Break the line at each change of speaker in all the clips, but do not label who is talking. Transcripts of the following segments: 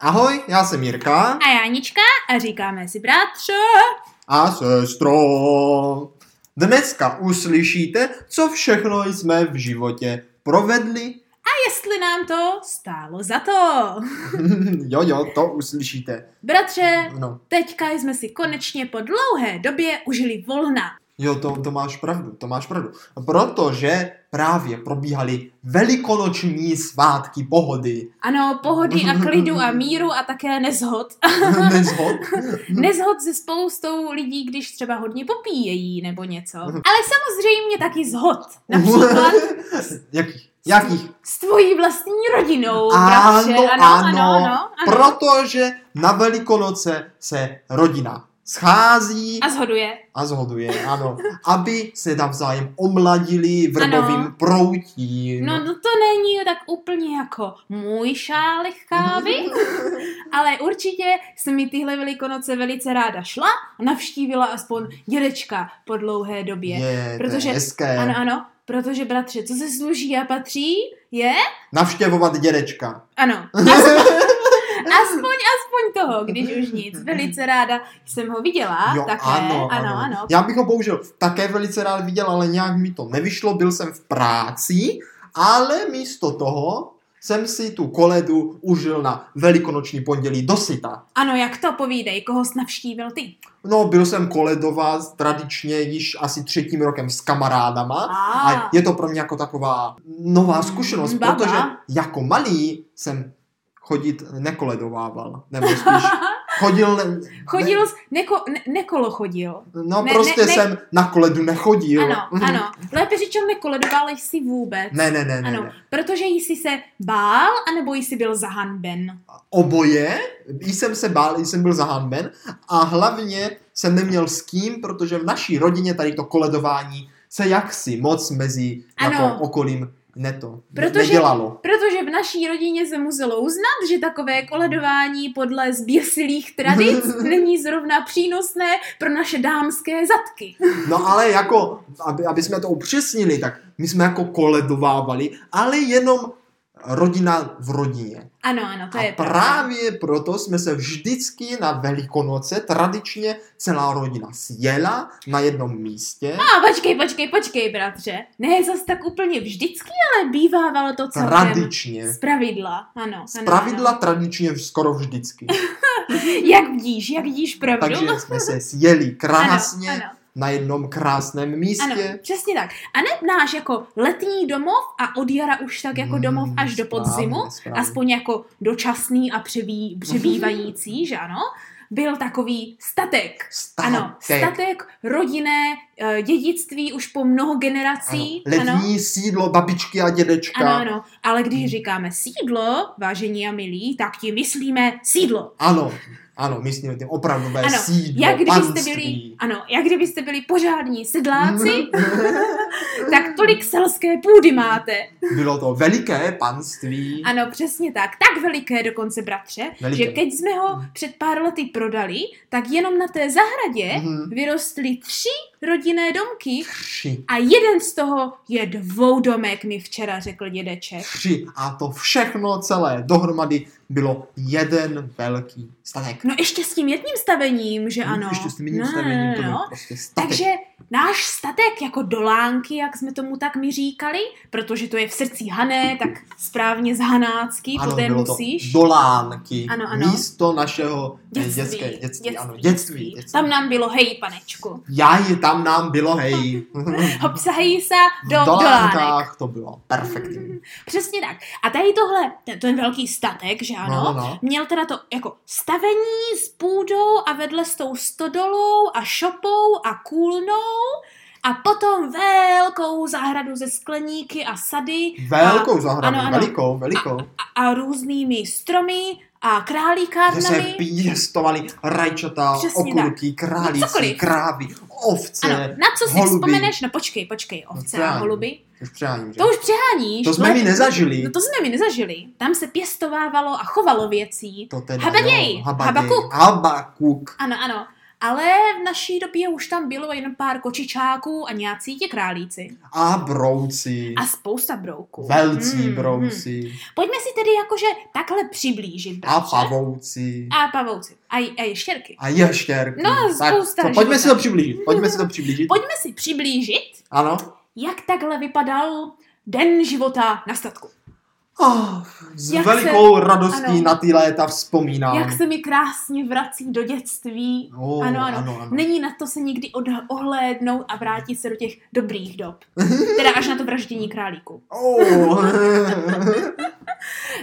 Ahoj, já jsem Jirka
A Jánička a říkáme si bratře.
a sestro. Dneska uslyšíte, co všechno jsme v životě provedli.
A jestli nám to stálo za to.
jo, jo, to uslyšíte.
Bratře,
No,
teďka jsme si konečně po dlouhé době užili volna.
jo, to, to máš pravdu, to máš pravdu. Protože právě probíhaly velikonoční svátky pohody.
Ano, pohody a klidu a míru a také nezhod.
Nezhod?
Nezhod se spoustou lidí, když třeba hodně popíjejí nebo něco. Ale samozřejmě taky zhod. Například
Jakých? Jakých?
s tvojí vlastní rodinou,
Ano,
bratře.
ano.
ano, ano, ano.
Protože na Velikonoce se rodina schází
A zhoduje.
a zhoduje, ano, aby se navzájem omladili vrbovým
Ano.
proutím.
No, no to není tak úplně jako můj šálek kávy, ale určitě se mi tyhle velikonoce velice ráda šla a navštívila aspoň dědečka po dlouhé době.
je, protože, to
protože-
je hezké.
Ano, ano, protože bratře, co se služí a patří, je,
Navštěvovat dědečka.
ano, aspoň, aspoň, aspoň toho, když už nic. Velice ráda jsem ho viděla také, ano, ano. ano.
Já bych ho bohužel také velice rád viděl, ale nějak mi to nevyšlo, byl jsem v práci, ale místo toho jsem si tu koledu užil na velikonoční pondělí do syta.
Ano, jak to povídej, koho jsi navštívil ty?
No, byl jsem koledová tradičně již asi třetím rokem s kamarádama a je to pro mě jako taková nová zkušenost,
Mm, Baba.
protože jako malý jsem chodit nekoledovával, nebo spíš chodil, ne,
Chodil, jsi- neko, ne, nekolo chodil.
no
ne-
prostě
ne-
jsem na koledu nechodil. Mhm.
Ano, ano. Lépe řečeno, nekoledoval jsi vůbec.
Ne, ne, ne, ne,
Ano,
ne.
protože jsi se bál, anebo jsi byl zahanben.
Oboje, i jsem se bál, i jsem byl zahanben a hlavně jsem neměl s kým, protože v naší rodině tady to koledování se jaksi moc mezi
Ano.
jako okolím neto,
Protože-
nedělalo.
Protože v naší rodině se muselo uznat, že takové koledování podle zběsilých tradic není zrovna přínosné pro naše dámské zadky.
No ale jako, aby, aby jsme to upřesnili, tak my jsme jako koledovávali, ale jenom rodina v rodině.
Ano, ano, to
A
je pravda.
právě proto jsme se vždycky na Velikonoce tradičně celá rodina sjela na jednom místě.
A počkej, počkej, počkej, bratře. Ne zas tak úplně vždycky, ale bývávalo to celkem.
Tradičně.
Z pravidla, ano.
Z
ano,
pravidla
Ano.
tradičně skoro vždycky.
Jak vidíš, jak vidíš pravdu?
Takže jsme se sjeli krásně
Ano, ano.
na jednom krásném
Ano,
místě.
přesně tak. A ne náš jako letní domov a od jara už tak jako domov
Mm,
až do podzimu,
správně, správně.
aspoň jako dočasný a přebí, přebývající, že ano, byl takový statek.
Statek.
Ano, statek, rodinné eh, dědictví už po mnoho generací.
Ano,
ano.
letní Hmm. sídlo babičky a dědečka.
Ano, ano, ale když říkáme sídlo, vážení a milí, tak tím myslíme sídlo.
Ano, ano, myslím tím opravdové
Ano,
sídlo,
Jak kdybyste byli,
panství.
ano, jak kdybyste byli pořádní sedláci, tak tolik selské půdy máte.
Bylo to veliké panství.
Ano, přesně tak. Tak veliké dokonce, bratře,
Veliké. Mhm.
veliké. že keď jsme ho před pár lety prodali, tak jenom na té zahradě
Mhm.
vyrostly tři rodinné domky
Tři,
a jeden z toho je dvoudomek, mi včera řekl dědeček.
tři a to všechno celé dohromady bylo jeden velký statek.
No ještě s tím jedním stavením, že ano.
Mhm, Ještě s tím jiným
No, no,
stavením to
no,
byl
no.
prostě statek.
Takže náš statek jako dolánky, jak jsme tomu tak mi říkali, protože to je v srdci Hané, tak správně z Hanácky,
ano,
poté
bylo
musíš.
to dolánky,
Ano, ano.
místo našeho eh,
Dětství,
dětské, dětství, ano, dětství, dětství.
Tam nám bylo hej, panečku.
Jaj, tam nám bylo, hej.
Obsahají se
V
do dolánek.
dolánkách to bylo perfektní.
Přesně tak. A tady tohle, ten, ten velký statek, že ano,
No, no.
měl teda to jako stavení s půdou a vedle s tou stodolou a šopou a kůlnou a potom velkou zahradu ze skleníky a sady
Velkou zahradu,
ano, ano.
velikou, velikou.
a, a různými stromy a
že se
králíkárnami.
pěstovali rajčata,
Přesně
okurky,
No
králíci,
cokoliv.
krávy, ovce.
Ano, na co si
holuby.
vzpomeneš? No počkej, počkej, ovce a
Přání.
holuby.
Už přeháním, že?
To už přeháníš.
To jsme
ale-
mi nezažili.
No to jsme mi nezažili. Tam se pěstovávalo a chovalo věcí.
to teda,
Habaděj,
jo,
Habakuk.
Habakuk.
Ano, ano. Ale v naší době už tam bylo jen pár kočičáků a nějací ti králíci.
A brouci.
A spousta brouků.
Velcí
Mm,
mm,
mm.
brouci.
Pojďme si tedy jakože takhle přiblížit.
A
dobře?
pavouci.
A pavouci. A, j- a ještěrky.
A ještěrky.
No, spousta
co, pojďme
života.
si to přiblížit. Pojďme si to přiblížit.
Pojďme si přiblížit,
Ano.
jak takhle vypadal den života na statku.
Oh, s
Jak
velikou radostí
ano.
na ty léta vzpomínám.
Jak se mi krásně vrací do dětství.
Oh,
Ano, ano.
ano, ano.
Není na to se nikdy odh- ohlédnout a vrátit se do těch dobrých dob. Teda až na to vraždění králíku.
Oh.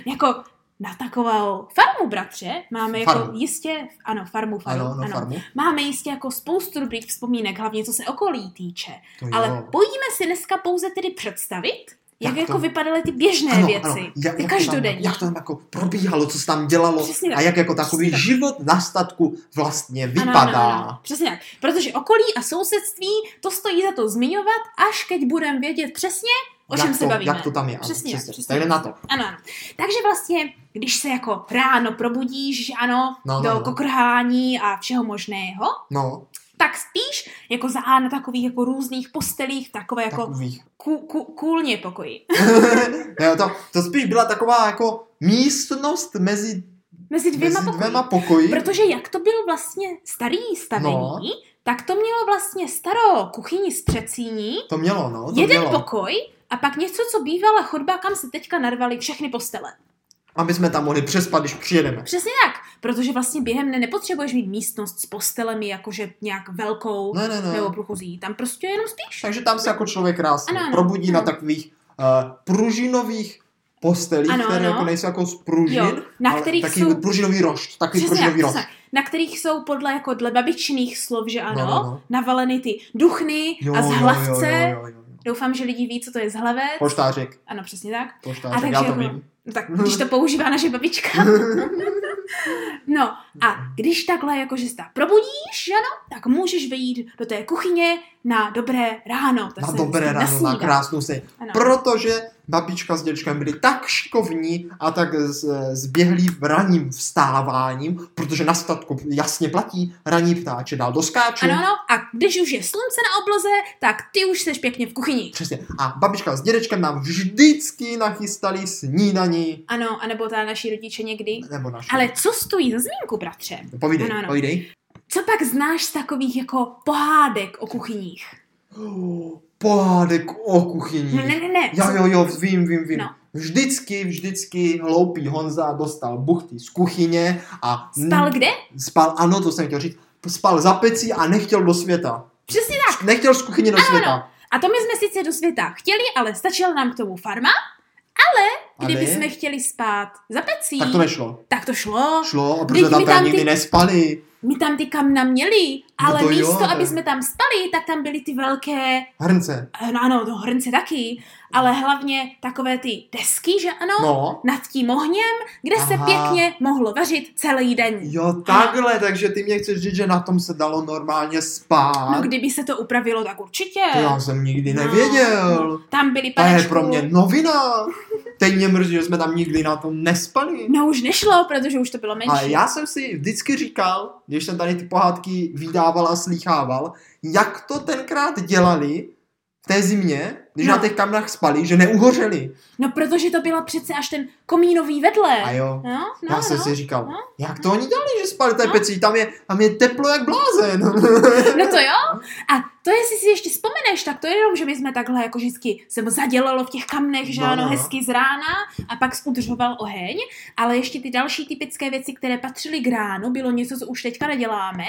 Jako na takovou farmu, bratře, máme jako
Farmu.
jistě, ano, farmu, farmu,
ano, ano, farmu.
Máme jistě jako spoustu dobrých vzpomínek, hlavně co se okolí týče.
To
Ale
jo.
pojďme si dneska pouze tedy představit, jak,
Jak
jako
to-
vypadaly ty běžné
Ano,
věci.
ano. Jak,
ty
jak, to tam,
každodenní.
jak to tam jako probíhalo, co se tam dělalo
Přesně tak.
a jak jako takový
Přesně tak.
život na statku vlastně vypadá.
Ano, ano, ano, přesně tak. Protože okolí a sousedství, to stojí za to zmiňovat, až keď budeme vědět přesně, o čem
jak
se
to,
bavíme.
Jak to tam je, ano,
Přesně,
přesně, přesně.
přesně.
přesně. Tak jdem na to.
Ano, ano. Takže vlastně, když se jako ráno probudíš, že ano,
No,
do
no, no.
kokrhání a všeho možného,
No,
tak spíš jako za A na takových jako různých postelích, takové
jako...
jako
takových.
ku, ku, kůlně pokoji.
Ne, to, to spíš byla taková jako místnost mezi
Mezi dvěma
mezi
pokoji.
dvěma pokoji.
Protože jak to byl vlastně starý stavení,
No.
tak to mělo vlastně starou kuchyni s předsíní,
To mělo, no. To
jeden
mělo.
pokoj a pak něco, co bývala chodba, kam se teďka narvaly všechny postele.
Aby jsme tam mohli přespat, když přijedeme.
Přesně tak, protože vlastně během dne nepotřebuješ mít místnost s postelemi jakože nějak velkou
Ne, ne, ne.
nebo průchozí, tam prostě jenom spíš.
Takže tam se jako člověk krásně
Ano,
ano,
ano,
probudí
ano.
na takových uh, pružinových postelích, ano,
Ano,
které
ano.
ano. jako nejsou jako z pružin,
Jo, na
ale
kterých
taky
jsou-
pružinový rošt, takový
Přesně tak,
pružinový
přesně
rošt.
tak. na kterých jsou podle jako dle babičných slov, že ano,
No, no, no.
navaleny ty duchny a zhlavce.
Jo, jo, jo, jo, jo.
Doufám, že lidi ví, co to je zhlavec.
Poštářek,
Ano, přesně tak.
poštářek,
takže
já to
jako-
vím.
No Tak když to používá naše babička. No a když takhle jakože se tak probudíš, že ano, tak můžeš vyjít do té kuchyně na dobré ráno. To
Na
se
dobré ráno,
vždycky
na
nasnídá.
krásnou se.
Ano.
Protože babička s dědečkem byli tak šikovní a tak z- zběhlí v raním vstáváním, protože na statku jasně platí, raní ptáče dál doskáču.
Ano, ano, a když už je slunce na obloze, tak ty už seš pěkně v kuchyni.
Přesně. A babička s dědečkem nám vždycky nachystali snídaní.
Ano, anebo ta naši rodiče někdy.
Nebo naši.
Ale co stojí za zmínku, bratře?
Povídej,
Ano, ano.
povídej.
Co pak znáš z takových jako pohádek o kuchyních?
Pohádek o kuchyni.
No ne, ne, ne.
Jo, jo, jo, vím, vím, vím.
No.
Vždycky, vždycky hloupý Honza dostal buchty z kuchyně a...
Spal kde?
Spal, ano, to jsem chtěl říct. Spal za pecí a nechtěl do světa.
Přesně tak.
Nechtěl z kuchyně do světa.
A to my jsme sice do světa chtěli, ale stačila nám k tomu farma.
A
Kdyby
ne,
jsme chtěli spát za pecí,
Tak to nešlo.
tak to šlo.
Šlo, a
Vždyť
protože tam
my
teda
tam
nikdy
ty-
nespali.
My tam ty kamna měli, ale
to
no
jo,
místo, jo,
ale-
aby jsme tam spali, tak tam byly ty velké,
Hrnce.
eh, no ano, to hrnce taky, ale hlavně takové ty desky, že ano, no.
No.
nad tím ohněm, kde Aha. se
Aha.
pěkně mohlo vařit celý den.
Jo, takhle, takže ty mě chceš říct, že na tom se dalo normálně spát.
No kdyby se to upravilo, tak určitě.
To já jsem nikdy
No,
nevěděl.
no. Tam byly
To je
panečku.
pro mě novina. Teď mě mrzí, že jsme tam nikdy na tom nespali.
No už nešlo, protože už to bylo menší.
Ale já jsem si vždycky říkal, když jsem tady ty pohádky vydával a slýchával, jak to tenkrát dělali v té zimě, když
No.
no. na těch kamnách spali, že neuhořeli.
No protože to byla přece až ten komínový vedle.
A jo,
No, no,
já jsem
no.
si říkal,
no.
jak to oni dělali, že spali v té
No.
peci, tam je, tam je teplo jak blázen.
No to jo. A to, jestli si ještě vzpomeneš, tak to je jenom, že my jsme takhle jako vždycky se mu zadělalo v těch kamnech, že
No,
ano,
no.
hezky z rána a pak udržoval oheň. Ale ještě ty další typické věci, které patřily k ránu, bylo něco, co už teďka neděláme,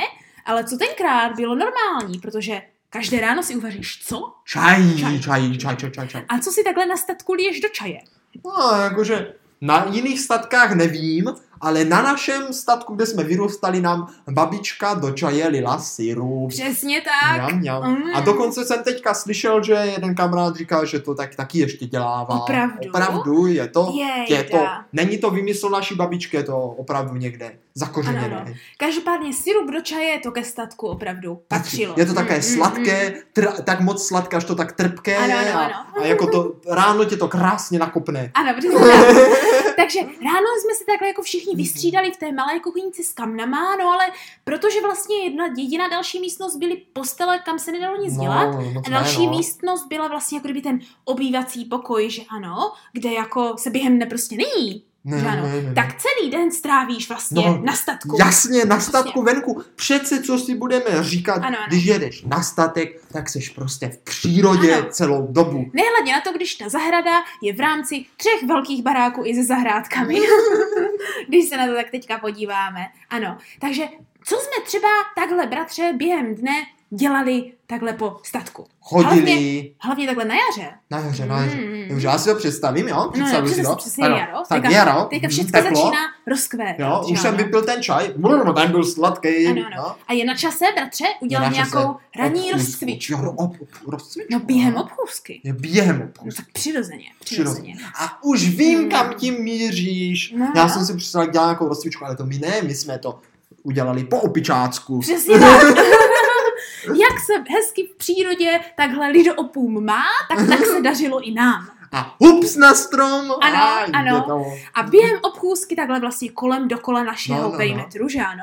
ale co tenkrát bylo normální, protože každé ráno si uvaříš, co?
Čaj, čaj,
Čaj.
čaj, čaj, čaj, čaj. čaj.
A co si takhle na statku liješ do čaje?
No, jakože na jiných statkách nevím, ale na našem statku, kde jsme vyrůstali, nám babička do čaje lila syrup.
Přesně tak.
Mňam, mňam.
Mm.
A dokonce jsem teďka slyšel, že jeden kamarád říká, že to tak, taky ještě dělává.
Opravdu?
Opravdu, je to.
Jejda.
Je No, to. Není to vymysl naší babičky, je to opravdu někde zakořeněné.
Ano, ano. Každopádně sirup do čaje to ke statku opravdu patřilo.
Je to také
Mm, mm,
sladké, tr- tak moc sladké, až to tak trpké
Ano, ano,
je a,
ano.
a jako to ráno tě to krásně nakopne.
Ano, přesně tak. Takže ráno jsme se takhle jako všichni
Mhm.
ní vystřídali v té malé kuchynici s kamnama, no ale protože vlastně jedna jediná další místnost byly postele, kam se nedalo nic dělat,
No, moc
a
ne,
další
no.
místnost byla vlastně jako kdyby ten obývací pokoj, že ano, kde jako se během dne prostě není.
Ne,
že ano.
ne, ne, ne.
Tak celý den strávíš vlastně
Mhm. No,
no, na statku.
Jasně, na statku venku. Přece, co si budeme říkat,
Ano, ano.
když jedeš na statek, tak seš prostě v přírodě
Ano.
celou dobu.
Nehledě na to, když ta zahrada je v rámci třech velkých baráků i se zahrádkami. když se na to tak teďka podíváme. Ano, takže co jsme třeba takhle, bratře, během dne dělali takhle po statku?
Chodili
Hlavně takhle na jaře.
na jaře, na jaře.
Mm.
Dobře, já si to představím, jo?
No, no,
Představuji si to.
přesně
Ano,
jaro.
Tak
Teďka,
jaro.
teďka
mm,
všechno
teplo.
začíná rozkvétat.
Jo,
že
už jsem
ano?
vypil ten čaj. Brr, ten byl sladký. no.
Ano, ano. A je na čase, bratře, udělat
Je na čase
nějakou ranní
Obchůzku.
rozcvičku.
Jo, ob, ob- rozcvičku.
No během
ano.
obchůzky.
Je během obchůzku.
No tak přirozeně, přirozeně.
A už vím,
Hmm.
kam tím míříš.
No.
Já jsem si představila, jak dělá nějakou rozcvičku, ale to my ne, my jsme to udělali po opičácku.
Přesně tak. Jak se hezky v přírodě takhle lidoopům má, tak tak se dařilo i nám.
A hups na strom!
Ano,
a jde
ano.
to.
A během obchůzky takhle vlastně kolem dokola našeho
No,
no,
no, no.
perimetru, že ano?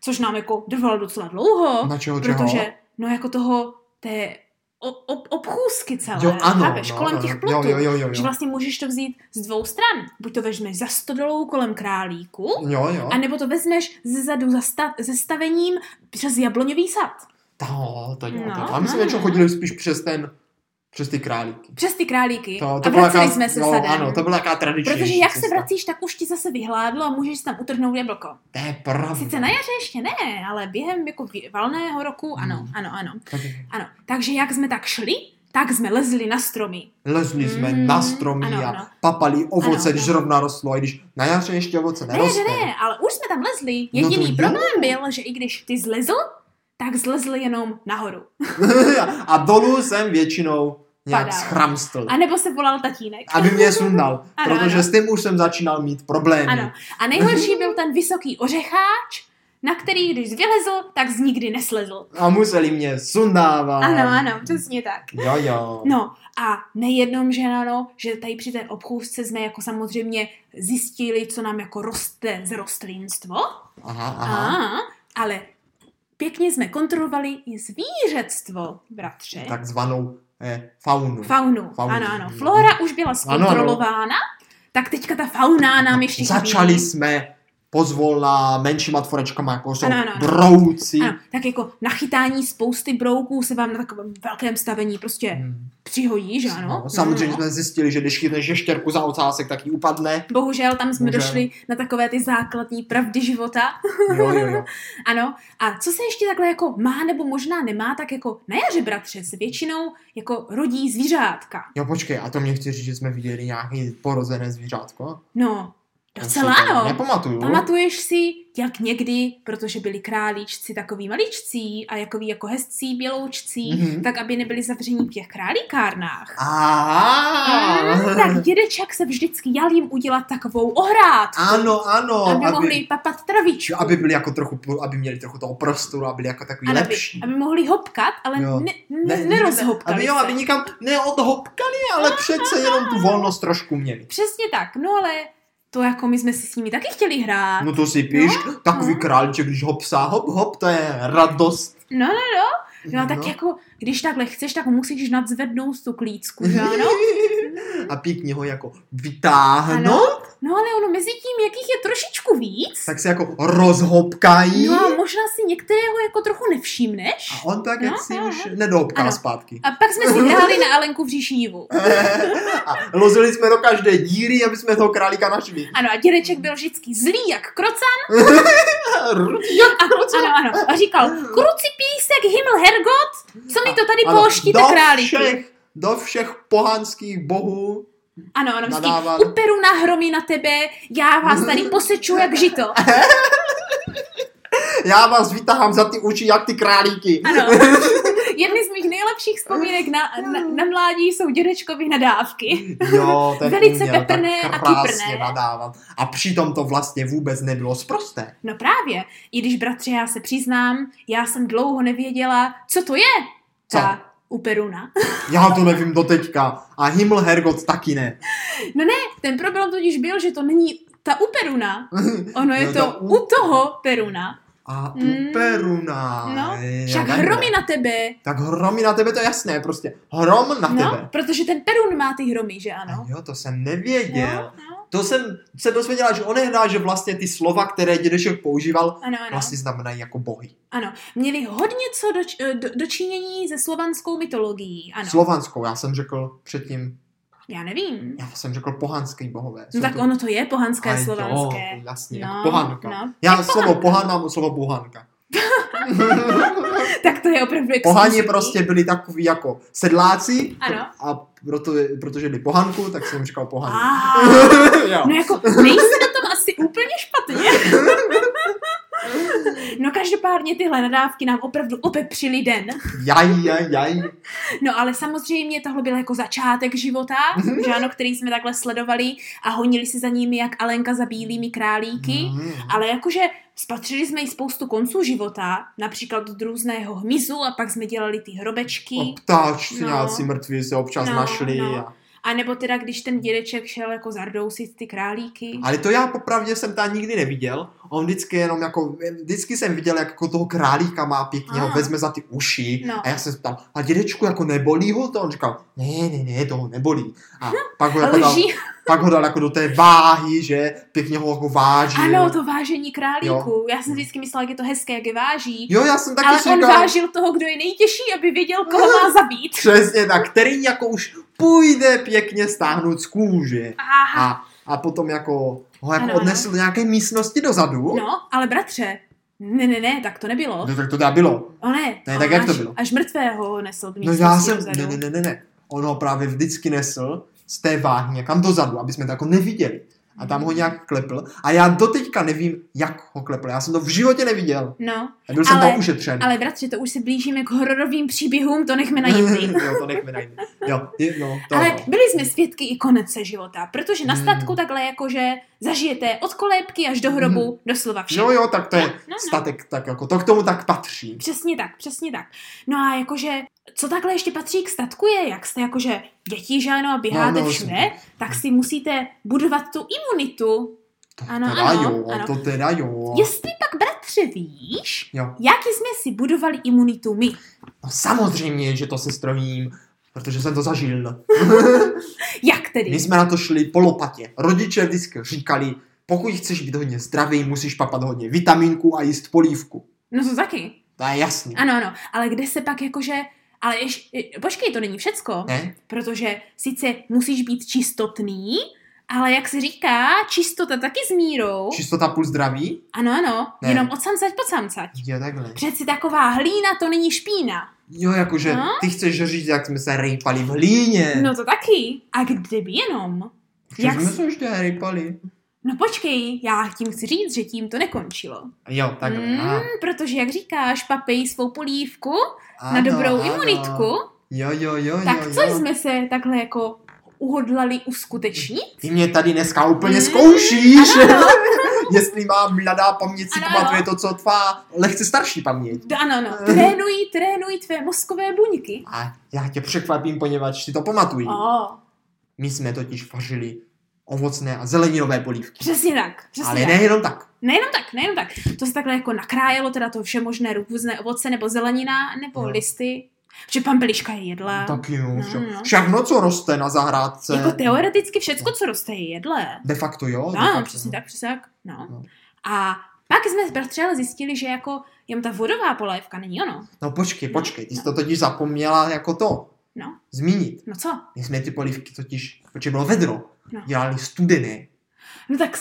Což nám jako trvalo docela dlouho,
Na čeho, čeho?
protože no jako toho té o- ob- obchůzky celé,
jo, ano,
chápeš,
no,
kolem
no,
těch
no,
plotů.
Jo, jo, jo, jo.
Že
jo.
vlastně můžeš to vzít z dvou stran. Buď to vezmeš za stodolou kolem králíku,
Jo, jo.
a nebo to vezmeš ze zadu za sta- ze stavením přes jabloňový sad.
To, to, jo, to,
No,
to. A my jsme
no,
většinou
no.
chodili spíš přes ten, přes ty králíky.
Přes ty králíky.
To,
a
to
vraceli jsme se
jo,
sadem.
Ano, to byla jaká tradiční.
Protože jak se vracíš, tak už ti zase vyhládlo a můžeš si tam utrhnout jablko.
To je pravda.
Sice na jaře ještě ne, ale během jako vě- valného roku ano,
Hmm.
ano, ano,
Tak
ano. Takže jak jsme tak šli, tak jsme lezli na stromy.
Lezli jsme
Mm,
na stromy
ano,
a
ano.
papali ovoce,
Ano,
když
ano.
zrovna rostlo, i když na jaře ještě ovoce
Ne, ne,
neroste.
ne, ne, ale už jsme tam lezli.
No to
Jediný
jo.
problém byl, že i když ty zlezl, tak zlezl jenom nahoru.
a dolů jsem většinou nějak
Padal.
schramstl.
A nebo se volal tatínek.
Aby mě sundal,
Ano,
protože
ano.
s tím už jsem začínal mít problémy.
Ano. A nejhorší byl ten vysoký ořecháč, na který když vylezl, tak z nikdy neslezl.
A museli mě sundávat.
Ano, ano, přesně tak.
Jo, jo.
No a nejednom, že ano, že tady při té obchůzce jsme jako samozřejmě zjistili, co nám jako roste z rostlinstvo,
Aha, aha.
a, ale pěkně jsme kontrolovali i zvířectvo, bratře.
Takzvanou eh, faunu.
Faunu.
Faunu.
Ano, ano. Flora už byla
ano.
zkontrolována, tak teďka ta fauna nám
No,
ještě
Začali
chybí.
jsme pozvolna menšíma tvorečkama, jako jsou
Ano, ano, ano.
brouci.
Ano, tak jako nachytání spousty brouků se vám na takovém velkém stavení prostě
Hm.
přihodí, že ano?
No, samozřejmě
No.
jsme zjistili, že když chytneš ještěrku za ocásek, tak ji upadne.
Bohužel tam jsme
Bohužel.
došli na takové ty základní pravdy života.
Jo, jo, jo.
Ano. A co se ještě takhle jako má nebo možná nemá, tak jako na jaře, bratře, se většinou jako rodí zvířátka.
Jo, počkej, a to mě chci říct, že jsme viděli nějaký porozené zvířátko.
No,
Já
docela
si to
ano.
Nepamatuju.
Pamatuješ si, jak někdy, protože byli králíčci takový maličcí a jakoví jako hezcí běloučcí,
Mhm.
mm-hmm. tak aby nebyli zavření v těch králíkárnách.
Aha.
Tak dědeček se vždycky jal jim udělat takovou ohrádku,
Ano, ano.
aby, mohli papat travičku.
Jo, aby byli jako trochu, pl- aby měli trochu toho prostoru a byli jako takový
Ano, aby,
lepší.
aby mohli hopkat, ale
Jo.
ne, ne, ne, nerozhopkali
aby, jo,
se.
aby nikam neodhopkali, ale přece jenom tu volnost trošku měli.
Přesně tak, no ale to jako my jsme si s nimi taky chtěli hrát. No,
No to si píš, takový králíček, když ho psá, hop, hop, to je radost.
no, no. No, tak jako, když takhle chceš, tak musíš nadzvednout tu klícku, že ano?
A pěkně ho jako vytáhnout,
No ale ono mezi tím, jakých je trošičku víc,
tak se jako rozhopkají
no a možná si některého jako trochu nevšimneš.
a on tak
No,
jak si
no,
už nedohopká
Ano.
zpátky.
A pak jsme si hráli na Alenku v říši divu.
A lozili jsme do každé díry, aby jsme toho králíka našli.
Ano, a dědeček byl vždycky zlý jak krocan.
Jak
A, ano, ano. A říkal, kruci písek, Himmel Hergot, co mi to tady
Ano,
pouštíte
do
králíky?
Všech, do všech pohanských bohů.
Ano, ano, vždycky,
nadával.
uperu na hromy na tebe, já vás tady poseču jak žito.
Já vás vytahám za ty uši, jak ty králíky.
Ano. Jedny z mých nejlepších vzpomínek na, na,
no.
na mládí jsou dědečkovi nadávky.
Mm. Jo, ten
Velice
uměl tak
peprné a
krásně
kyprné.
nadávat. A přitom to vlastně vůbec nebylo sprosté.
No právě, i když bratře, já se přiznám, já jsem dlouho nevěděla, co to je
Co?
ta uperuna.
Já to nevím doteďka. A Himmel Hergot taky ne.
Ten problém totiž byl, že to není ta u Peruna. Ono je
No,
to
ta u-
u toho Peruna.
A u
Mm.
Peruna.
No,
Já
Však
nevím.
hromy na tebe.
Tak hromy na tebe, to je jasné prostě. Hrom na
No,
tebe.
protože ten Perun má ty hromy, že ano?
A jo, to jsem nevěděl.
No, no.
To jsem se dozvěděla, že onehdá, že vlastně ty slova, které dědeček používal,
Ano, ano.
vlastně znamenají jako bohy.
Měli hodně co doč, eh, do, dočinění se slovanskou mytologií, ano.
Slovanskou, já jsem řekl předtím,
Já nevím.
já jsem řekl pohanský bohové.
No tak
to-
ono to je pohanské,
A
slovanské.
Jo, jasně,
No,
jako pohanka.
no.
Já slovo pohan mám slovo bohanka.
Tak to je opravdu
Pohani
exkluzivní.
prostě byli takový jako sedláci
Ano.
a proto, protože byli pohanku, tak jsem říkal pohan.
Ah.
jo.
No jako, nejsi na tom asi úplně špatně. No každopádně tyhle nadávky nám opravdu opepřili den.
Jaj, jaj, jaj.
No ale samozřejmě tohle byl jako začátek života,
Mhm.
že ano, který jsme takhle sledovali a honili si za nimi jak Alenka za bílými králíky.
Mm.
Ale jakože spatřili jsme i spoustu konců života, například od různého hmyzu a pak jsme dělali ty hrobečky.
A ptáčci
No.
no. nějací mrtví se občas
No,
no, našli.
no.
A...
A nebo teda, když ten dědeček šel jako zardousit ty králíky.
Ale to já popravdě jsem tam nikdy neviděl. On vždycky jenom jako, vždycky jsem viděl, jak jako toho králíka má pěkně, ho
Ah.
vezme za ty uši.
No.
A já jsem se ptal, a dědečku jako nebolí ho to? On říkal, ne, ne, ne, toho nebolí. A pak ho, jako dal,
No. Lží.
pak ho dal jako do té váhy, že pěkně ho jako vážil.
Ano, to vážení králíků. Já jsem vždycky myslela, jak je to hezké, jak je váží.
Jo, já jsem taky
ale
si
on
říkal,
vážil toho, kdo je nejtěžší, aby věděl, koho má zabít.
přesně tak, který jako už půjde pěkně stáhnout z kůže.
Aha.
A, a potom jako ho jako
Ano, ano.
odnesl do nějaké místnosti dozadu.
No, ale bratře, ne, ne, ne, tak to nebylo.
No tak to teda bylo.
O ne,
Ne,
on
tak jak to
až,
bylo?
Až mrtvého nesl do
No já
místnosti
jsem,
dozadu.
ne, ne, ne, ne, ne. On ho právě vždycky nesl z té váhy někam dozadu, aby jsme to jako neviděli. A tam ho nějak klepl. A já doteďka nevím, jak ho klepl. Já jsem to v životě neviděl.
No,
A byl jsem
Ale-
ale, to ušetřen.
ale bratře, to už se blížíme k hororovým příběhům, to nechme na jindy.
jo, to nechme najít. Jo, je- no, to
Ale
jo.
byli jsme svědky i konece života, protože na
Hmm.
statku takhle jakože zažijete od kolébky až do hrobu doslova vše.
No jo, tak to
No,
je
no.
statek, tak jako to k tomu tak patří.
Přesně tak, přesně tak. No a jakože, co takhle ještě patří k statku je, jak jste jakože děti, že ano, a běháte
No, no,
všude, tak si musíte budovat tu imunitu.
To
Ano,
teda
ano,
jo,
ano.
to teda jo.
Jestli pak, bratře, víš,
jo.
jak jsme si budovali imunitu my?
No samozřejmě, že to se strojím, protože jsem to zažil.
Jak tedy?
My jsme na to šli po lopatě. Rodiče vždycky říkali, pokud chceš být hodně zdravý, musíš papat hodně vitamínku a jíst polívku.
No to taky.
To je jasný.
Ano, ano, ale kde se pak jakože, ale ješ, počkej, to není všecko.
Ne?
protože sice musíš být čistotný, ale jak se říká, čistota taky s mírou.
Čistota půl zdraví?
Ano, ano, ne.
Ne.
jenom odsamcať podsamcať.
Jo, takhle.
Přeci taková hlína to není špína.
Jo, jakože
No.
ty chceš říct, jak jsme se rejpali v hlíně.
No to taky. A kdyby jenom?
Že
jak
jsme
s-
se ještě rejpali.
No počkej, já tím chci říct, že tím to nekončilo.
Jo, takhle.
Mm,
aha.
protože jak říkáš, papej svou polívku na
Ano,
dobrou
ano.
imunitku,
Jo, jo, jo,
tak
jo,
co
jo.
jsme se takhle jako uhodlali uskutečnit?
Ty mě tady dneska úplně
Mm,
zkoušíš, jestli má mladá paměť si
Ano,
pamatuje to, co tvá lehce starší paměť.
Ano, ano, trénuj, trénuj tvé mozkové buňky.
A já tě překvapím, poněvadž si to pamatuji.
Oh.
My jsme totiž vařili ovocné a zeleninové polívky.
Přesně tak, přesně
Ale
tak.
nejenom tak.
Nejenom tak, nejenom tak. To se takhle jako nakrájelo, teda to vše možné různé ovoce, nebo zelenina, nebo
Jo.
listy. Že pampeliška je jedlé.
No. Tak jo,
No,
vše,
no.
všechno, co roste na zahrádce.
Jako teoreticky
No.
všecko, co roste, je jedlé.
De facto jo. de
No,
facto,
přesně tak, přesně tak. No.
No.
A pak jsme bratře ale zjistili, že jako jen ta vodová polévka není ono.
No
Mm,
počkej, počkej, ty jsi to totiž zapomněla jako to.
No.
Zmínit.
No co?
My jsme ty polívky totiž, protože bylo vedro,
No.
dělali studené.
No tak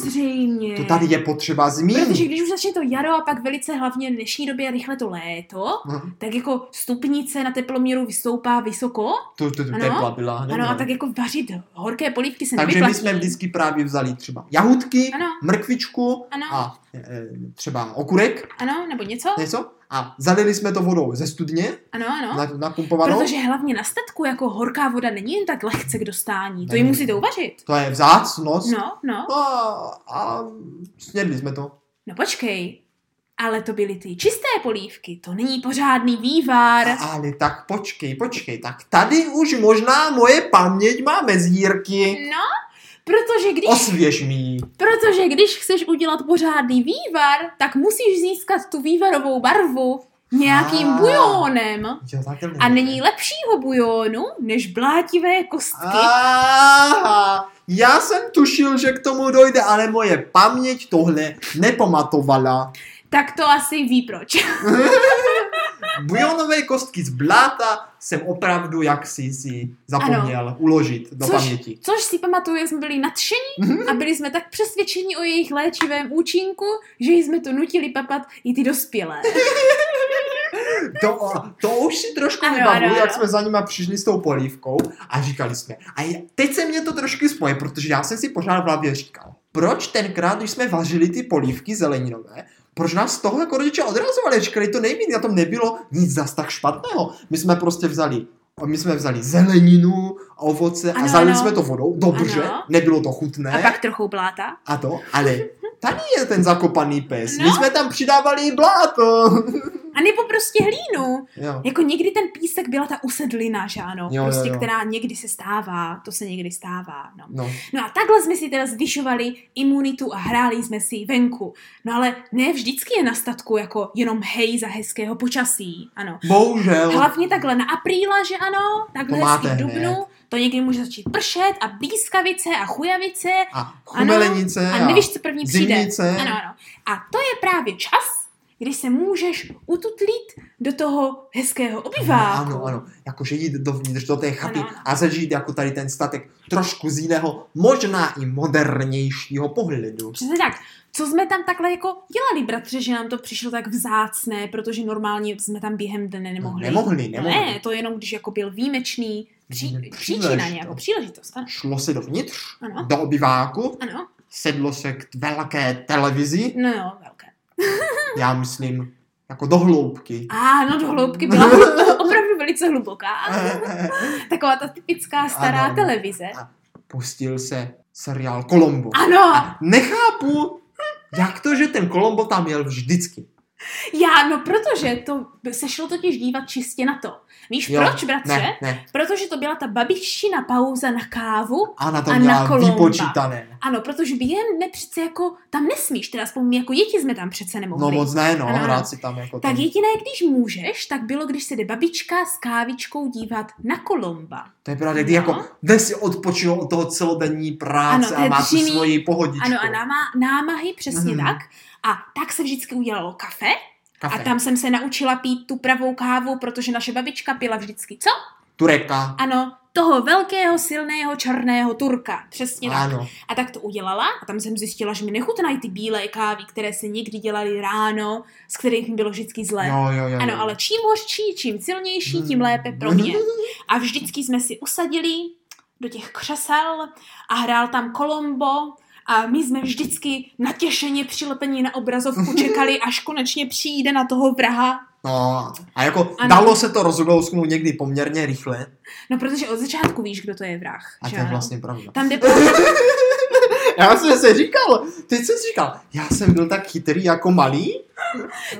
samozřejmě.
To tady je potřeba
Protože
zmínit.
když už začne to jaro a pak velice hlavně v dnešní době rychle to léto,
No,
tak jako stupnice na teploměru vystoupá vysoko
To, to, to
Ano.
tepla byla.
Ano, a
nevím.
tak jako vařit horké polívky se
Takže my
nevyplatí.
jsme vždycky právě vzali třeba jahutky,
Ano,
mrkvičku
ano,
a e, třeba okurek,
ano, nebo něco?
něco. A zalili jsme to vodou ze studně,
Ano, ano.
na- napumpovanou.
No. Protože hlavně na statku jako horká voda není jen tak lehce k dostání. To ji
Není.
musíte uvařit.
To je vzácnost.
No, no,
No a, a snědli jsme to.
no počkej. Ale to byly ty čisté polívky, to není pořádný vývar.
Ale tak počkej, počkej, tak tady už možná moje paměť má mezírky.
No, Protože když,
Osvěž mi ji.
protože když chceš udělat pořádný vývar, tak musíš získat tu vývarovou barvu nějakým
Ah.
bujónem.
Jo, takhle.
A není lepšího bujónu, než blátivé kostky.
Aha, já jsem tušil, že k tomu dojde, ale moje paměť tohle nepamatovala.
Tak to asi ví proč.
Bujonové kostky z bláta jsem opravdu jaksi si zapomněl uložit do
Což-
paměti.
Což si pamatuju, jsme byli nadšení a byli jsme tak přesvědčeni o jejich léčivém účinku, že jsme to nutili papat i ty dospělé.
To, to už si trošku
Ano,
vybavuju,
ano,
jak
ano.
jsme za nima přišli s tou polívkou a říkali jsme. A je- teď se mě to trošku spoje, protože já jsem si pořád v hlavě říkal, proč tenkrát, když jsme vařili ty polívky zeleninové, proč nás z toho jako rodiče odrazovali, říkali, to nejméně, na tom nebylo nic zas tak špatného. My jsme prostě vzali my jsme vzali zeleninu, ovoce a
Ano,
zalili
ano.
jsme to vodou, dobře,
Ano.
nebylo to chutné.
A pak trochu bláta.
A to, ale tady je ten zakopaný pes. No. My
No.
jsme tam přidávali i bláto.
A nebo prostě hlínu.
jo.
Jako někdy ten písek byla ta usedlina, že ano?
Jo, jo,
prostě,
jo.
která někdy se stává. To se někdy stává, no.
No.
No a takhle jsme si teda zvyšovali imunitu a hráli jsme si venku. No ale ne vždycky je na statku jako jenom hej za hezkého počasí, ano.
Bohužel.
Hlavně takhle na apríla, že ano, takhle
To máte
hezky v dubnu,
hned.
to někdy může začít pršet a blízkavice a chujavice
A chumelenice
a nevíš, co první přijde.
zimnice.
Ano, ano. A to je právě čas, kdy se můžeš ututlít do toho hezkého obyváku.
Ano, ano, jakože jít dovnitř do té chaty
Ano, ano.
a zažít jako tady ten statek trošku z jiného, možná i modernějšího pohledu.
Přesně tak. Co jsme tam takhle jako dělali, bratře, že nám to přišlo tak vzácné, protože normálně jsme tam během dne nemohli.
No,
No
Nemohli, nemohli.
Ne, to jenom když jako byl výjimečný pří,
Mhm,
příčina,
příležitost.
nějaká příležitost. Ano,
Šlo se dovnitř,
ano,
do obyváku,
ano.
sedlo se k velké televizi,
No jo, velké.
já myslím, jako do hloubky.
A no do hloubky byla opravdu velice hluboká. Taková ta typická stará
Eh. Ano.
televize.
Pustil se seriál Kolombo.
Ano,
A nechápu, hm, jak to, že ten Kolombo tam jel vždycky.
já, no protože to se šlo totiž dívat čistě na to. Víš
Jo,
proč, bratře?
Ne, ne.
Protože to byla ta babičtina pauza na kávu.
A na to
A na
měla
Kolomba.
vypočítané.
Ano, protože během dne přece jako tam nesmíš, teda aspoň my jako děti jsme tam přece
No
nemohli.
moc ne, no,
Ano, ano.
rád si tam jako
tak
ten,
jediné, když můžeš, tak bylo, když se jde babička s kávičkou dívat na Kolomba.
to je pravda, kdy
No.
jako jde si odpočinul od toho celodenní práce
Ano,
a
té
má tu
dřiny.
svoji pohodičku.
Ano, a náma, námahy, přesně
Mhm.
tak. A tak se vždycky udělalo kafe,
Kafe.
A tam jsem se naučila pít tu pravou kávu, protože naše babička pila vždycky co?
Tureka.
Ano, toho velkého, silného, černého turka. Přesně tak.
Ano,
A tak to udělala a tam jsem zjistila, že mi nechutnají ty bílé kávy, které se někdy dělaly ráno, z kterých mi bylo vždycky zlé.
jo, jo, jo, jo.
Ano, ale čím hořčí, čím silnější, tím
Mm.
lépe pro mě. A vždycky jsme si usadili do těch křesel a hrál tam Kolombo a my jsme vždycky natěšeně přilepení na obrazovku čekali, až konečně přijde na toho vraha.
No, a jako
Ano.
dalo se to rozlousknout někdy poměrně rychle.
No protože od začátku víš, kdo to je vrah.
A
že
to je
ano?
vlastně pravda.
Tam jde právě...
Já jsem si říkal, teď jsem si říkal, já jsem byl tak chytrý jako malý.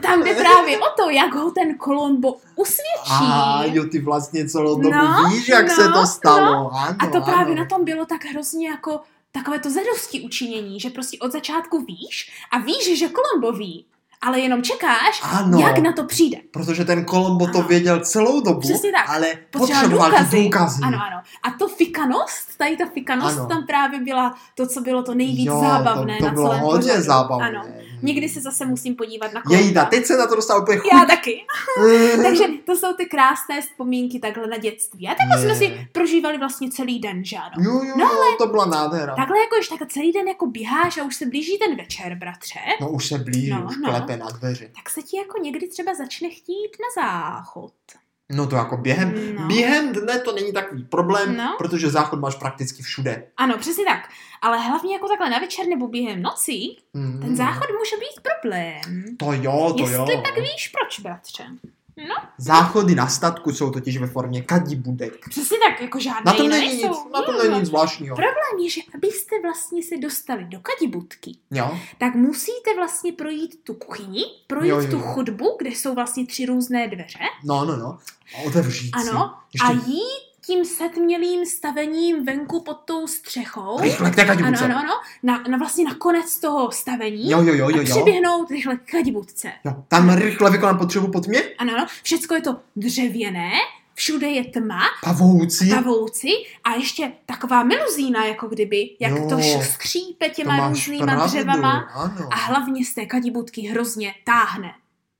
Tam jde právě o to, jak ho ten Kolombo usvědčí.
A jo, ty vlastně celou dobu
No,
víš, jak
no,
se to stalo. no, Ano,
A to právě
ano.
na tom bylo tak hrozně jako takové to zadosti učinění, že prostě od začátku víš a víš, že Kolombo ví, ale jenom čekáš,
Ano.
jak na to přijde.
Protože ten Kolombo to
Ano.
věděl celou dobu,
Přesně tak.
ale
Potřeboval
potřeboval
důkazy.
ty důkazy.
Ano, ano. A to fikanost, tady ta fikanost
Ano.
ano. tam právě byla to, co bylo to nejvíc
jo,
zábavné
to, to
na
bylo
celém
hodně
pořadu.
zábavné.
Ano. Někdy se zase musím podívat na Kolomba.
Jejda, teď se na to dostal úplně chuť.
Já taky.
Mm.
Takže to jsou ty krásné vzpomínky takhle na dětství. A takhle
Je.
jsme si prožívali vlastně celý den, že ano?
Jo, jo,
No,
jo, to byla nádhera.
Takhle jako ještě tak celý den jako běháš a už se blíží ten večer, bratře,
No už se blíží,
No,
už
no.
klepe na dveře.
tak se ti jako někdy třeba začne chtít na záchod.
No to jako během,
No.
během dne to není takový problém,
No.
protože záchod máš prakticky všude.
Ano, přesně tak. Ale hlavně jako takhle na večer nebo během noci,
Mm.
ten záchod může být problém.
To jo, No to
Jestli
jo.
tak víš, proč, bratře?
Záchody na statku jsou totiž ve formě kadibudek.
Přesně tak, jako žádné
Na tom
jiné
není nic,
jsou.
na tom
Jo,
není
no.
nic zvláštního.
Pro- Problém je, že abyste vlastně se dostali do kadibudky,
Jo,
tak musíte vlastně projít tu kuchyni, projít
Jo, jo,
tu
jo.
chodbu, kde jsou vlastně tři různé dveře,
no, no, no. A Otevřít si.
ano,
Ještě
a jít tím setmělým stavením venku pod tou střechou.
Rychle k té
Ano,
kadibudce.
ano, ano. Na, na vlastně na konec toho stavení.
Jo, jo, jo, jo,
a
jo.
přiběhnout rychle k kadibudce.
Jo, tam rychle vykonám potřebu po tmě.
Ano, ano. Všecko je to dřevěné, všude je tma,
Pavouci.
pavouci a ještě taková meluzína, jako kdyby, jak
Jo,
to š- skřípe
To
těma
máš
různýma
pravdu,
dřevama.
Ano.
A hlavně z té kadibudky hrozně táhne.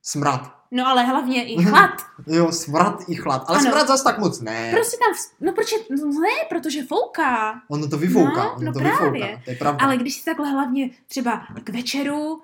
Smrad.
No ale hlavně i
Mhm.
chlad.
Jo, smrad i chlad. Ale
Ano.
smrad zas tak moc ne.
Prostě tam, vz- no proč je, no ne, protože fouká.
Ono to vyfouká,
No,
ono
no
to
právě.
vyfouká. To je pravda.
Ale když si takhle hlavně třeba k večeru,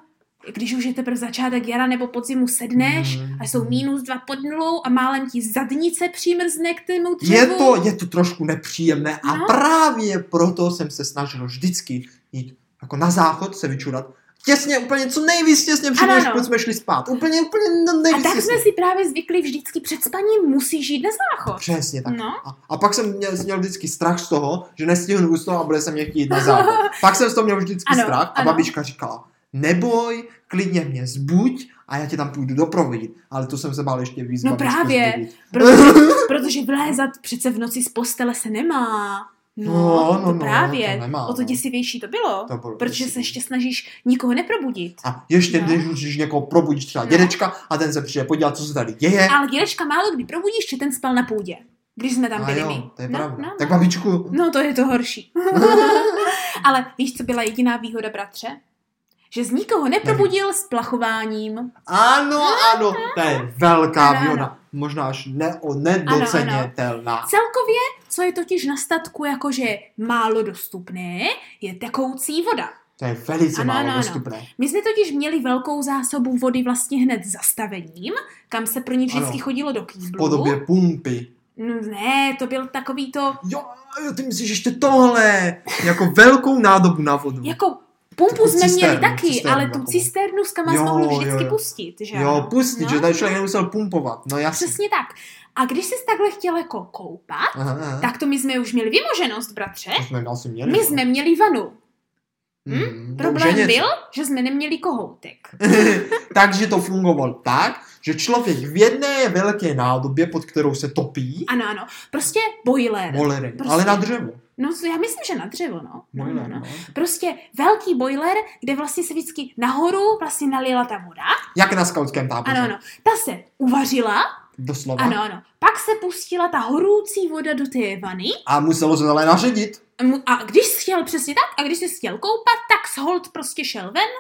když už je teprve začátek jara nebo podzimu sedneš
Mhm.
a jsou minus dva pod nulou a málem ti zadnice přimrzne k tomu dřevu.
Je to, je to trošku nepříjemné a
No.
právě proto jsem se snažil vždycky jít jako na záchod se vyčurat. Těsně, úplně co nejvíc těsně před
Ano,
než
ano.
no. jsme šli spát. Úplně, úplně ne-
A
nejvíc
tak
těsně.
jsme si právě zvykli vždycky před spaním musíš jít na záchod.
Přesně tak.
No,
A, a pak jsem měl, měl vždycky strach z toho, že nestihnu usnout a bude se mě chtít na záchod. Pak jsem z toho měl vždycky
Ano,
ano, strach a
ano.
babička říkala, neboj, klidně mě zbuď a já tě tam půjdu doprovodit. Ale to jsem se bál ještě víc.
No
babičku
právě.
zbudit.
protože, protože vlézat přece v noci z postele se nemá. No,
No, no,
to
no,
právě.
to nemá,
o to
no.
děsivější to bylo.
To bylo
protože se
děsivé.
ještě snažíš nikoho neprobudit.
A ještě
No.
no. když musíš někoho probudit třeba
No.
no. dědečka a ten se přijde podívat, co se tady děje.
Ale dědečka málo kdy probudíš, že ten spal na půdě. Když jsme tam
A
byli my.
jo, to je
no,
pravda.
No,
tak babičku,
no, to je to horší. Ale víš, co byla jediná výhoda, bratře? Že z nikoho neprobudil s plachováním.
ano, ano, to je velká
No, Ano, ano.
výhoda. Možná až neo, nedocenitelná.
Celkově, co je totiž na statku jakože málo dostupné, je tekoucí voda.
To je velice
Ano,
málo
ano, ano.
dostupné.
My jsme totiž měli velkou zásobu vody vlastně hned za stavením, kam se pro ní vždycky
Ano.
chodilo do kýblu.
V podobě pumpy.
No, ne, to byl takový to,
Jo, jo, ty myslíš ještě tohle, jako velkou nádobu na vodu.
jako pumpu
No. Takovou
jsme měli
cisternu,
taky,
cisternu
ale tu
takovou.
cisternu s kama
Jo,
mohlo
jo,
vždycky
jo.
pustit, že
Jo,
ano?
pustit,
No,
že tady
no.
člověk nemusel pumpovat, no jasně.
Přesně tak. A když jsi takhle chtěl jako koupat,
Aha, aha.
tak to my jsme už měli vymoženost, bratře.
To jsme asi měli. no.
My jsme měli vanu.
Hmm, to už je
Problém
něco.
byl, že jsme neměli kohoutek.
Takže to fungovalo tak, že člověk v jedné velké nádobě, pod kterou se topí,
Ano, ano. Prostě boiler.
molery,
Prostě.
ale na dřevo.
No, já myslím, že na dřevo, no. no, no,
Molery,
no.
no.
Prostě velký boiler, kde vlastně se vždycky nahoru vlastně nalila ta voda.
Jak na skautském táboře.
Ano, ano. Ta se uvařila.
Doslova.
Ano, ano. Pak se pustila ta horoucí voda do té vany.
A muselo se ale naředit.
Mu- A když jsi chtěl přesně tak, a když jsi chtěl koupat, tak shold prostě šel ven,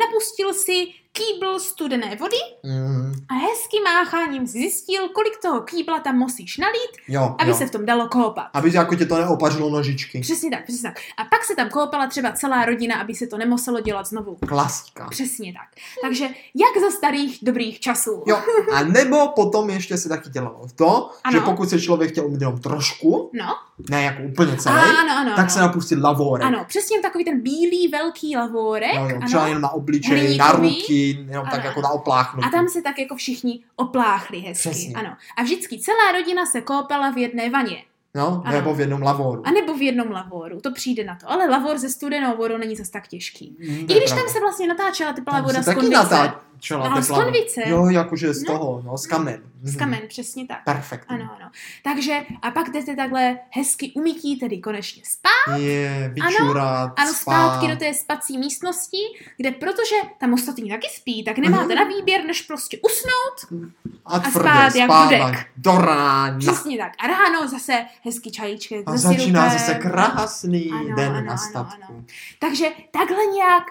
napustil si kýbl studené vody
Mm,
a hezkým mácháním si zjistil, kolik toho kýbla tam musíš nalít,
jo,
aby
jo.
se v tom dalo koupat.
Aby jako tě to neopařilo nožičky.
Přesně tak, přesně tak. A pak se tam koupala třeba celá rodina, aby se to nemuselo dělat znovu.
Klasika.
Přesně tak. Takže jak za starých dobrých časů.
Jo, a nebo potom ještě se taky dělalo to,
Ano.
že pokud se člověk chtěl umít jenom trošku,
No.
ne jako úplně
A,
celý,
ano, ano,
tak
ano.
se napustit lavore.
Ano, přesně takový ten bílý velký lavórek.
Jo, jo, No, třeba
ano.
jenom na obličej, na
Hliníkový.
ruky, jenom
Ano,
tak jako
ano.
na opláchnutí.
A tam se tak jako všichni opláchli hezky.
Přesně.
Ano. A vždycky celá rodina se koupala v jedné vaně.
No,
Ano.
nebo v jednom lavoru.
A nebo v jednom lavoru. To přijde na to. Ale lavor ze studenou vodou není zas tak těžký.
Mm, to
I
je
když tam
pravda.
se vlastně natáčela teplá
Tam
voda
se
z
taky
konvice.
natáčela
No, z
teplá voda.
konvice.
Jo, jakože z
No.
toho, no, z kamen.
Z
Mhm.
kamen, přesně tak.
Perfekt.
Ano, ano. Takže a pak jdete takhle hezky umytí, tedy konečně spát.
Je, vyčurat, spát.
Ano, zpátky do té spací místnosti, kde protože tam ostatní taky spí, tak
Mhm.
nemáte na výběr, než prostě usnout.
a tvrdě
spát jak
spávat
budek.
do rána.
Přesně tak. A ráno zase hezký čajíček
No. A
se
začíná
sirupem.
zase krásný
Ano,
den
ano, ano,
na statku.
ano. Takže takhle nějak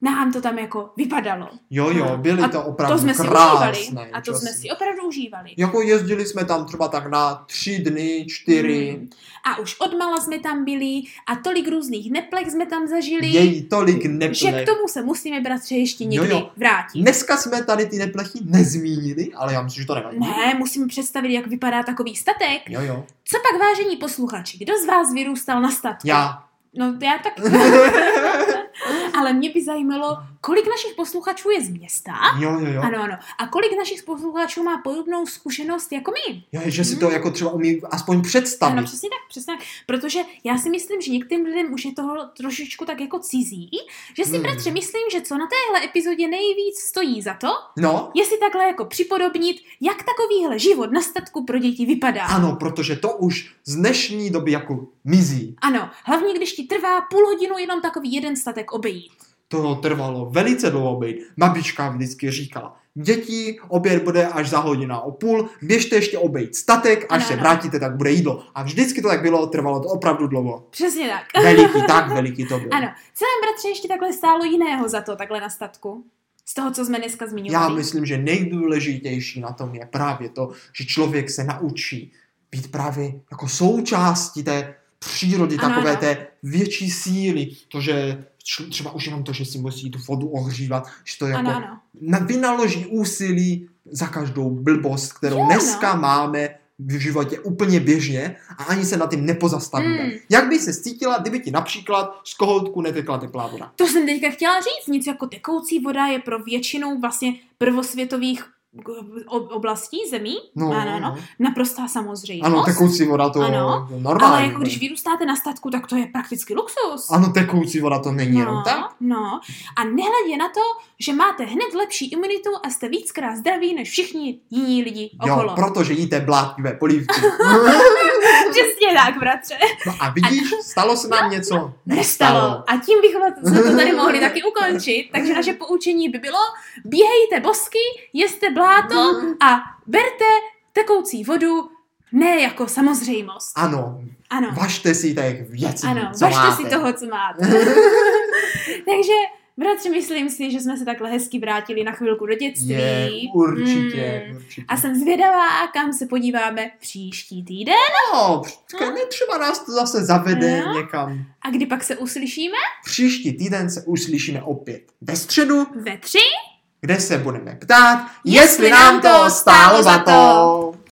nám to tam jako vypadalo.
Jo, jo, byly
No. A
to opravdu
to jsme si
krásné
užívali. A to
časy.
jsme si opravdu užívali.
Jako jezdili jsme tam třeba tak na tři dny, čtyři,
Hmm. A už odmala jsme tam byli a tolik různých neplek jsme tam zažili,
její tolik
že
neplech.
k tomu se musíme, bratře, ještě
Jo,
někdy
jo.
vrátit.
Dneska jsme tady ty neplechy nezmínili, ale já myslím, že to nevadí.
Ne, musíme představit, jak vypadá takový statek.
Jo, jo.
Co pak, vážení posluchači, kdo z vás vyrůstal na statku?
Já.
No, já tak. Ale mě by zajímalo, kolik našich posluchačů je z města.
Jo, jo, jo.
Ano, ano. A kolik našich posluchačů má podobnou zkušenost jako my?
jo že si to jako třeba umí aspoň představit.
Ano, přesně tak, přesně tak. Protože já si myslím, že některým lidem už je toho trošičku tak jako cizí, že si
Hmm.
hmm. bratře myslím, že co na téhle epizodě nejvíc stojí za to,
No,
jestli takhle jako připodobnit, jak takovýhle život na statku pro děti vypadá.
ano, protože to už z dnešní doby jako mizí.
Ano, hlavně když ti trvá půl hodinu jenom takový jeden statek obejít.
To trvalo velice dlouho být. Babička vždycky říkala, děti, oběd bude až za hodinu a o půl, běžte ještě obejít statek, až
Ano,
se
ano.
vrátíte, tak bude jídlo. A vždycky to tak bylo, trvalo to opravdu dlouho.
Přesně tak.
Veliký, tak veliký to bylo.
Ano, co nám bratře ještě takhle stálo jiného za to, takhle na statku? Z toho, co jsme dneska zmiňovali.
Já myslím, že nejdůležitější na tom je právě to, že člověk se naučí být právě jako součástí té přírody,
Ano,
takové
ano.
té větší síly, to, že čl- třeba už jenom to, že si musí tu vodu ohřívat, že to jako
Ano, ano.
na- vynaloží úsilí za každou blbost, kterou
Jo, no.
dneska máme v životě úplně běžně a ani se na tím nepozastavíme.
Mm.
Jak by se cítila, kdyby ti například z kohoutku netekla teplá voda?
To jsem teďka chtěla říct, nic jako tekoucí voda je pro většinu vlastně prvosvětových eh, ob- oblastí, zemí,
No,
Ano, ano. naprostá samozřejmost.
Ano, tekoucí voda to
Ano,
je normální. no.
ale jako když vyrůstáte na statku, tak to je prakticky luxus.
Ano, tekoucí voda to není jenom tak.
no, a nehledě na to, že máte hned lepší imunitu a jste víckrát zdraví než všichni jiní lidi okolo.
Jo, protože jíte blátnivé polívky.
Přesně tak, bratře.
No a vidíš, stalo se nám něco?
Nestalo. A tím bychom jsme to tady mohli taky ukončit.
Mhm.
Takže naše poučení by bylo, běhejte bosky, jeste bláto
Mhm.
a berte tekoucí vodu, ne jako samozřejmost.
Ano,
Ano,
važte si těch věcí,
No. ano,
co
važte
máte.
si toho, co máte. Takže, bratře, myslím si, že jsme se takhle hezky vrátili na chvilku do dětství.
Je, určitě,
Mm.
určitě.
A jsem zvědavá, kam se podíváme příští týden
No, ne, třeba nás to zase zavede
Jo.
někam.
a kdy pak se uslyšíme
Příští týden se uslyšíme opět ve středu,
ve tři.
kde se budeme ptát, jestli,
Jestli
nám to stálo za to.